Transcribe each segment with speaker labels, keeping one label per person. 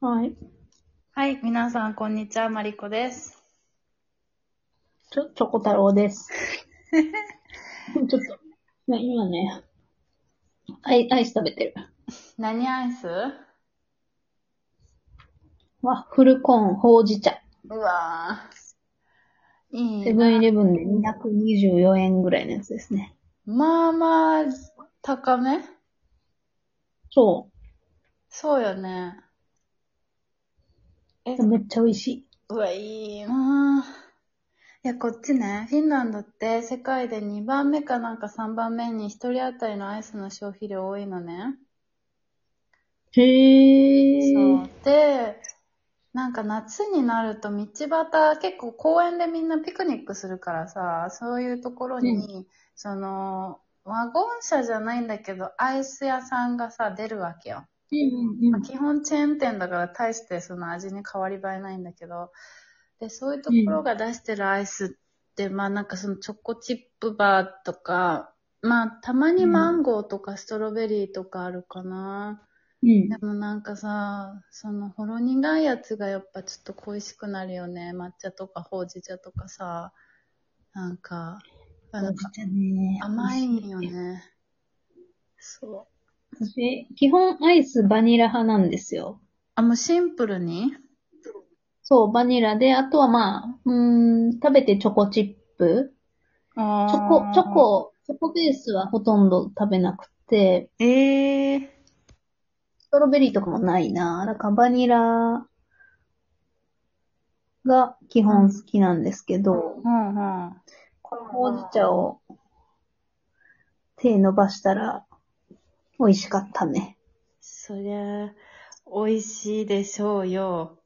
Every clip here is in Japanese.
Speaker 1: はい。
Speaker 2: はい、皆さん、こんにちは、まりこです。
Speaker 1: ちょ、チョコ太郎 です。ちょっと、ね、今ね、アイ、アイス食べてる。
Speaker 2: 何アイス
Speaker 1: ワッフルコーンほうじ茶。
Speaker 2: うわぁ。いい
Speaker 1: セブンイレブンで224円ぐらいのやつですね。
Speaker 2: まあまあ、高め
Speaker 1: そ
Speaker 2: そうよね。え
Speaker 1: う。、めっちゃ美味しい。
Speaker 2: うわ、いいなぁ。いや、こっちね、フィンランドって世界で2番目かなんか3番目に1人当たりのアイスの消費量多いのね。
Speaker 1: へ
Speaker 2: そう。で、なんか夏になると道端、結構公園でみんなピクニックするからさ、そういうところに、その、ワゴン車じゃないんだけど、アイス屋さんがさ、出るわけよ。
Speaker 1: うんうん
Speaker 2: ま
Speaker 1: う
Speaker 2: あ
Speaker 1: ん。
Speaker 2: 基本チェーン店だから大してその味に変わり映えないんだけど、で、そういうところが出してるアイスって、まあなんかそのチョコチップバーとか、まあたまにマンゴーとかストロベリーとかあるかな。
Speaker 1: うん
Speaker 2: で。もなんかさ、そのほろ苦いやつがやっぱちょっと恋しくなるよね。抹茶とかほうじ茶とかさ。なんか、あ
Speaker 1: ほ
Speaker 2: な
Speaker 1: うんじ
Speaker 2: か
Speaker 1: 茶ね。
Speaker 2: 甘いんよね。そう。
Speaker 1: 私、基本アイスバニラ派なんですよ。
Speaker 2: あ、もうシンプルに
Speaker 1: そう、バニラで、あとはまあ、うーん、食べてチョコチップ。
Speaker 2: チ
Speaker 1: チョ
Speaker 2: ョ
Speaker 1: コ、チョ。コ、チョコベースはほとんど食べなくて、
Speaker 2: ええ
Speaker 1: ストロベリーとかもないな。だからバニラが基本好きなんですけど、
Speaker 2: うんうん。
Speaker 1: ほうじ茶を手伸ばしたら美味しかったね。
Speaker 2: そりゃ、美味しいでしょうよ。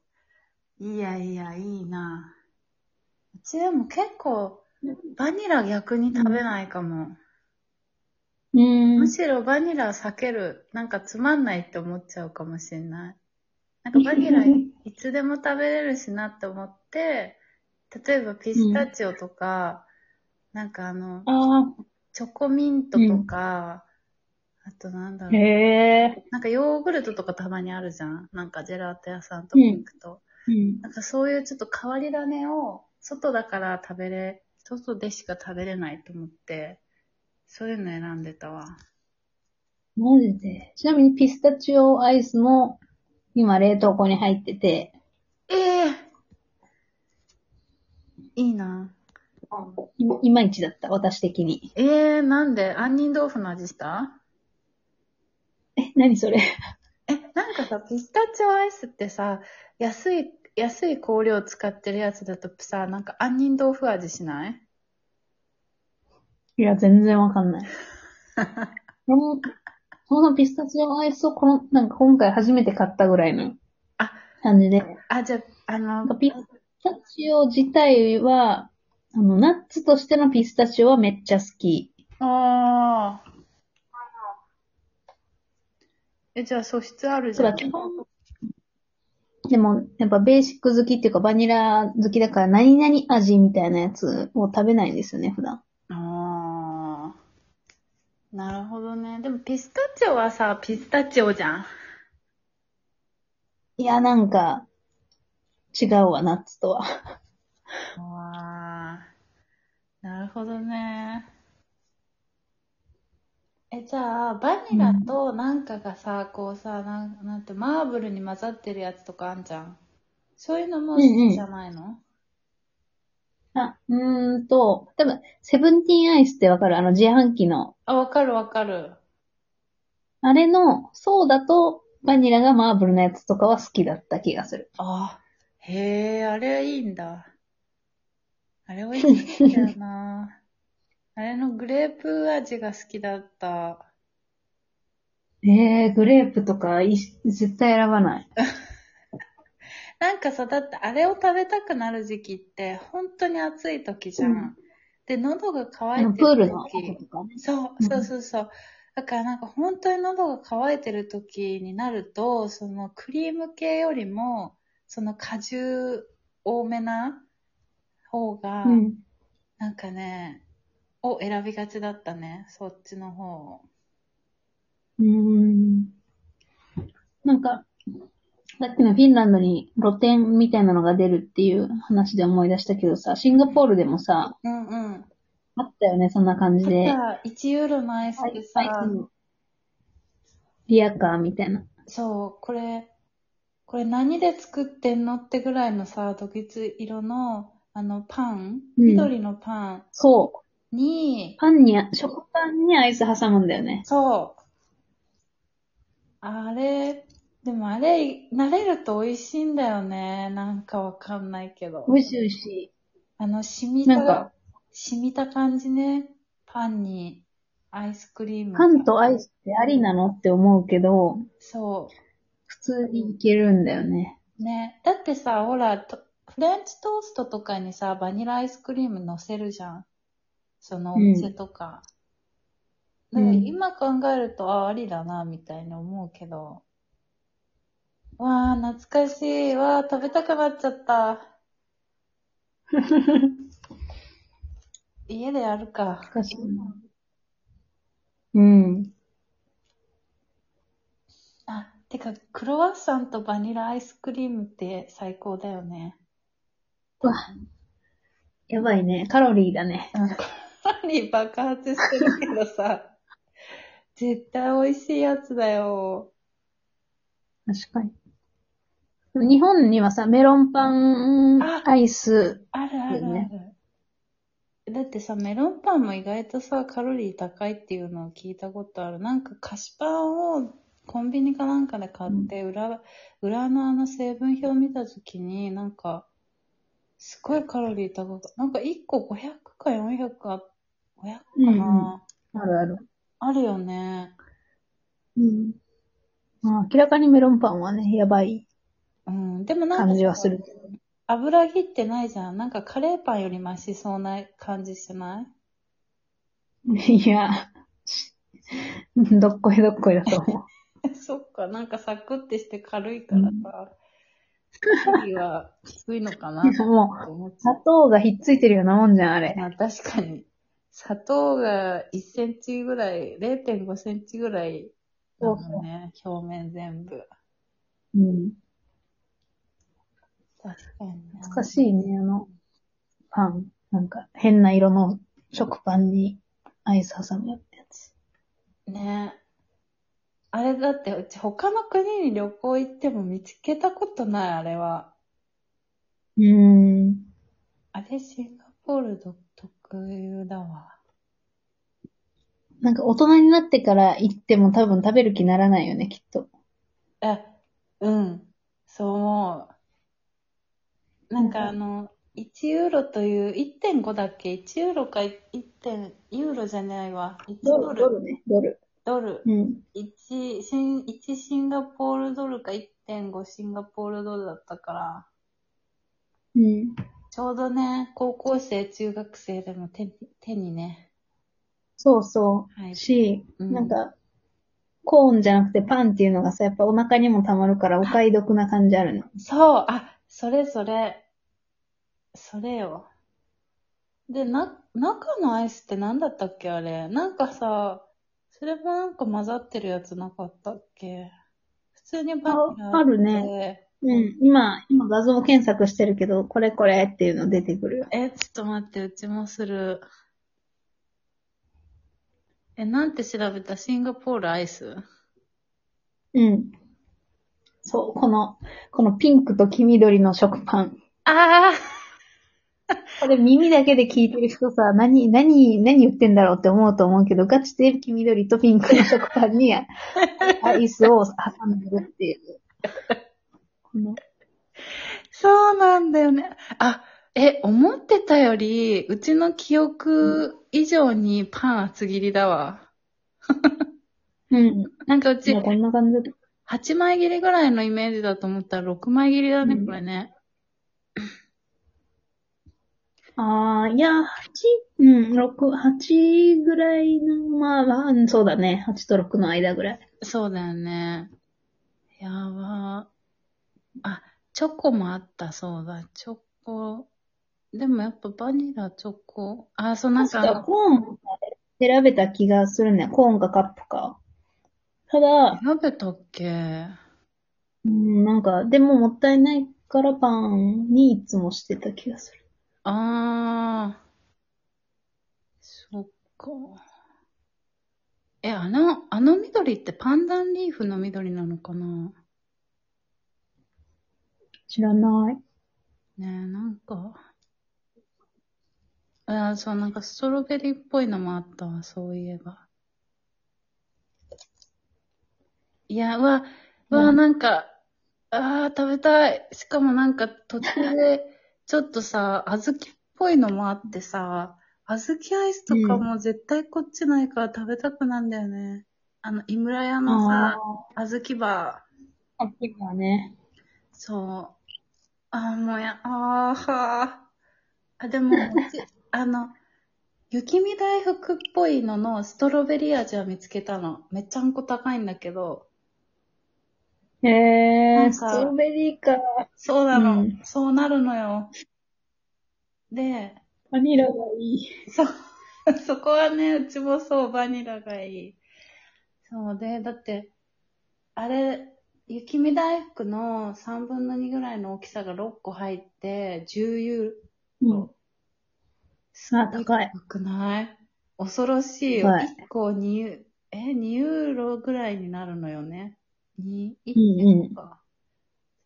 Speaker 2: いやいや、いいな。うちでも結構、バニラ逆に食べないかも。
Speaker 1: うーん
Speaker 2: む。しろバニラ避ける、なんかつまんないって思っちゃうかもしれない。なんかバニラいつでも食べれるしなって思って、例えばピスタチオとか、なんかあの、
Speaker 1: あ
Speaker 2: チョコミントとか、あとなんだろう
Speaker 1: あ、。へえ。
Speaker 2: なんかヨーグルトとかたまにあるじゃんなんかジェラート屋さんとか行くと。
Speaker 1: うん。
Speaker 2: なんかそういうちょっと変わり種を、外だから食べれ、外でしか食べれないと思って、そういうの選んでたわ。
Speaker 1: マジで。ちなみにピスタチオアイスも今冷凍庫に入ってて、
Speaker 2: ええいいな。
Speaker 1: いいまいちだった、私的に。
Speaker 2: ええなんで杏仁豆腐の味した
Speaker 1: え、何それ
Speaker 2: え、なんかさ、ピスタチオアイスってさ、安い、安い香料使ってるやつだとさ、なんか杏仁豆腐味しない
Speaker 1: いや、全然わかんない。この、このピスタチオアイスをこの、なんか今回初めて買ったぐらいの
Speaker 2: あ
Speaker 1: 感じで。
Speaker 2: あ、じゃあ、あ
Speaker 1: な
Speaker 2: の
Speaker 1: んか、ピスタチオ自体は、あの、ナッツとしてのピスタチオはめっちゃ好き。
Speaker 2: ああ。え、じゃあ素質あるじ
Speaker 1: た
Speaker 2: ゃ
Speaker 1: だ
Speaker 2: ん。
Speaker 1: 基本、でも、やっぱベーシック好きっていうかバニラ好きだから何々味みたいなやつを食べないんですよね、普段。
Speaker 2: ああ。なるほどね。でもピスタチオはさ、ピスタチオじゃん。
Speaker 1: いや、なんか、違うわ、ナッツとは。
Speaker 2: わあ。なるほどね。え、じゃあ、バニラとなんかがさ、こうさ、なんなんて、マーブルに混ざってるやつとかあんじゃん。そういうのも好きじゃないの、
Speaker 1: あ、うーんと、多分、セブンティーンアイスってわかるあの自販機の。
Speaker 2: あ、わかるわかる。
Speaker 1: あれの、そうだと、バニラがマーブルのやつとかは好きだった気がする。
Speaker 2: あ、へえ、あれいいんだ。あれ美味しいんだよな。あれのグレープ味が好きだった。
Speaker 1: えー、グレープとかい、絶対選ばない。
Speaker 2: なんかさ、だってあれを食べたくなる時期って、本当に暑い時じゃん。
Speaker 1: うん
Speaker 2: で、喉が
Speaker 1: あ
Speaker 2: 渇いて
Speaker 1: の、プー
Speaker 2: る時。
Speaker 1: ルの音とかね。
Speaker 2: そうう、
Speaker 1: ん
Speaker 2: そうそうそう。だからなんか本当に喉が渇いてる時になると、そのクリーム系よりも、その果汁多めな方が、
Speaker 1: うん。
Speaker 2: なんかね、を選びがちだったね。そっちの方を。
Speaker 1: うーん。なんか、さっきのフィンランドに露店みたいなのが出るっていう話で思い出したけどさ、シンガポールでもさ、
Speaker 2: うんうん。
Speaker 1: あったよね、そんな感じで。
Speaker 2: ただ、1ユーロのアイスでさ、
Speaker 1: リアカーみたいな。
Speaker 2: そう、これ、これ何で作ってんのってぐらいのさ、独一色の、あの、パン、
Speaker 1: うん
Speaker 2: 緑のパン
Speaker 1: そう。
Speaker 2: に、
Speaker 1: パンに、食パンにアイス挟むんだよね。
Speaker 2: そう。あれ、でもあれ、慣れると美味しいんだよね。なんかわかんないけど。
Speaker 1: 美味しい美味し
Speaker 2: あの、染み
Speaker 1: い。なんか
Speaker 2: た、、染みた感じね。パンに、アイスクリームが。
Speaker 1: パンとアイスってありなのって思うけど、
Speaker 2: そ
Speaker 1: 普通にいけるんだよね。
Speaker 2: う。ね。だってさ、ほら、とフレンチトーストとかにさ、バニラアイスクリーム乗せるじゃん。そのお店とか。
Speaker 1: う
Speaker 2: だ
Speaker 1: ん
Speaker 2: から
Speaker 1: うん
Speaker 2: 今考えると、ああ、ありだな、みたいに思うけど。わあ、懐かしい。わあ、食べたくなっちゃった。 家でやるか。
Speaker 1: 確かに。うん。
Speaker 2: あ、てか、クロワッサンとバニラアイスクリームって最高だよね。
Speaker 1: うわ。やばいね。カロリーだね。
Speaker 2: うんカロリー爆発してるけどさ、絶対美味しいやつだよ。
Speaker 1: 確かに。でも日本にはさ、メロンパン
Speaker 2: あ
Speaker 1: アイス、
Speaker 2: あるあるある。
Speaker 1: いい
Speaker 2: だってさ、メロンパンも意外とさ、カロリー高いっていうのを聞いたことある。なんか菓子パンをコンビニかなんかで買って、裏、裏のあの成分表見たときに、なんか、すごいカロリー高く、なんか1個500か400か、500か
Speaker 1: うんうん
Speaker 2: な、
Speaker 1: あるある。
Speaker 2: あるよね。
Speaker 1: うん。まあ、明らかにメロンパンはね、やばい
Speaker 2: うん。でもなんかさ
Speaker 1: 感じはする。
Speaker 2: 油切ってないじゃん。なんかカレーパンよりマシそうな感じしない
Speaker 1: いや、どっこいどっこいだと 思う。
Speaker 2: え そっか、なんかサクってして軽いからさ、次は低いのかな
Speaker 1: でも
Speaker 2: と思っちゃ
Speaker 1: 砂糖がひっついてるようなもんじゃん、あれ
Speaker 2: う。。まあ確かに、砂糖が1センチぐらい、0.5センチぐらいだもんね、表面全部。
Speaker 1: うん。
Speaker 2: 確かにな。
Speaker 1: 難しいね、あの、パン。なんか、変な色の食パンにアイス挟むやつ。
Speaker 2: ねあれだって、うち他の国に旅行行っても見つけたことない、あれは。
Speaker 1: うーん。
Speaker 2: あれ、シンガポール独特有だわ。
Speaker 1: なんか、大人になってから行っても多分食べる気ならないよね、きっと。
Speaker 2: え、うん。そう思う。なんかあ
Speaker 1: う
Speaker 2: の、1ユーロという、1.5だっけ ?1 ユーロか1点、ユーロじゃないわ。1ドル、
Speaker 1: ルね、ドル。
Speaker 2: ドル。
Speaker 1: うん。
Speaker 2: 1、シン1シンガポールドルか1.5シンガポールドルだったから、
Speaker 1: うん。
Speaker 2: ちょうどね、高校生、中学生でも手に、手にね、
Speaker 1: そうそ。。
Speaker 2: はいう
Speaker 1: し、
Speaker 2: うん
Speaker 1: なんか、コーンじゃなくてパンっていうのがさ、やっぱお腹にも溜まるからお買い得な感じあるね。
Speaker 2: そう、あ、それそれ。それよ。で、な、中のアイスって何だったっけあれ。なんかさ、それもなんか混ざってるやつなかったっけ普通にバニラ
Speaker 1: ああるね
Speaker 2: ね。
Speaker 1: うん。今、今画像検索してるけど、これこれっていうの出てくるよ。
Speaker 2: え、ちょっと待って、うちもする。え、なんて調べたシンガポールアイス
Speaker 1: うん。そう、この、このピンクと黄緑の食パン。
Speaker 2: ああ
Speaker 1: これ耳だけで聞いてる人さ、何、何、何言ってんだろうって思うと思うけど、ガチで黄緑とピンクの食パンにアイスを挟んでるっていう。この、
Speaker 2: そうなんだよね。あ、え、思ってたより、うちの記憶以上にパン厚切りだわ。
Speaker 1: うん。
Speaker 2: なんかう
Speaker 1: い
Speaker 2: ち
Speaker 1: や、、こんな感じだ。
Speaker 2: 8枚切りぐらいのイメージだと思ったら6枚切りだね、
Speaker 1: うん
Speaker 2: これね。
Speaker 1: あー、いや、8、うん、6、8ぐらいの、まあまあ、うんそうだね。8と6の間ぐらい。
Speaker 2: そうだよね。やば。あ、チョコもあった、そうだ。チョコ。でもやっぱバニラ、チョコ。あ、そうなん
Speaker 1: 確
Speaker 2: か、
Speaker 1: かコーンを選べた気がするね。コーンかカップか。ただ、
Speaker 2: 食べたっけ
Speaker 1: うん、なんか、でももったいないからパンにいつもしてた気がする。
Speaker 2: ああ。そっか。え、あの、あの緑ってパンダンリーフの緑なのかな
Speaker 1: 知らない。
Speaker 2: ねえ、なんか。あーそう、なんかストロベリーっぽいのもあったわ、そういえば。いや、うわ、うわ、
Speaker 1: うん
Speaker 2: なんか、ああ、食べたい。しかもなんか途中 で、ちょっとさ、小豆っぽいのもあってさ、小豆アイスとかも絶対こっちないから食べたくなんだよね。あの、井村屋の
Speaker 1: あ
Speaker 2: さ、小豆バー。
Speaker 1: あ。あっちがね。
Speaker 2: そう。あー、もうや、あーはー。あ、でも、う ちあの、雪見大福っぽいののストロベリー味は見つけたの。めちゃんこ高いんだけど。
Speaker 1: へ
Speaker 2: な
Speaker 1: え
Speaker 2: ん
Speaker 1: ー、
Speaker 2: か
Speaker 1: ストロベリーか。
Speaker 2: そうなの。
Speaker 1: うん
Speaker 2: そうなるのよ。で、
Speaker 1: バニラがいい。
Speaker 2: そ、 そこはね、うちもそう、バニラがいい。そうで、だって、あれ、雪見大福の3分の2ぐらいの大きさが6個入って、10ユーロ。
Speaker 1: うん。あ、高い。
Speaker 2: 高くない恐ろしいよ。
Speaker 1: はい
Speaker 2: 1個2ユ、え、2ユーロぐらいになるのよね。2、
Speaker 1: うんうん
Speaker 2: 1か。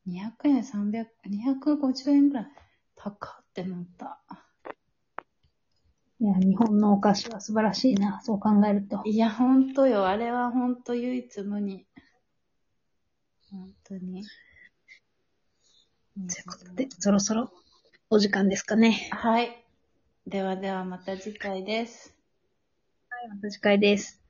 Speaker 2: 200円、300、250円ぐらい。高ってなった。
Speaker 1: いや、日本のお菓子は素晴らしいな。そう考えると。
Speaker 2: いや、ほんとよ。あれはほんと唯一無二。ほんとに。
Speaker 1: ということで、そろそろお時間ですかね。
Speaker 2: はい。ではではまた次回です。
Speaker 1: はい、また次回です。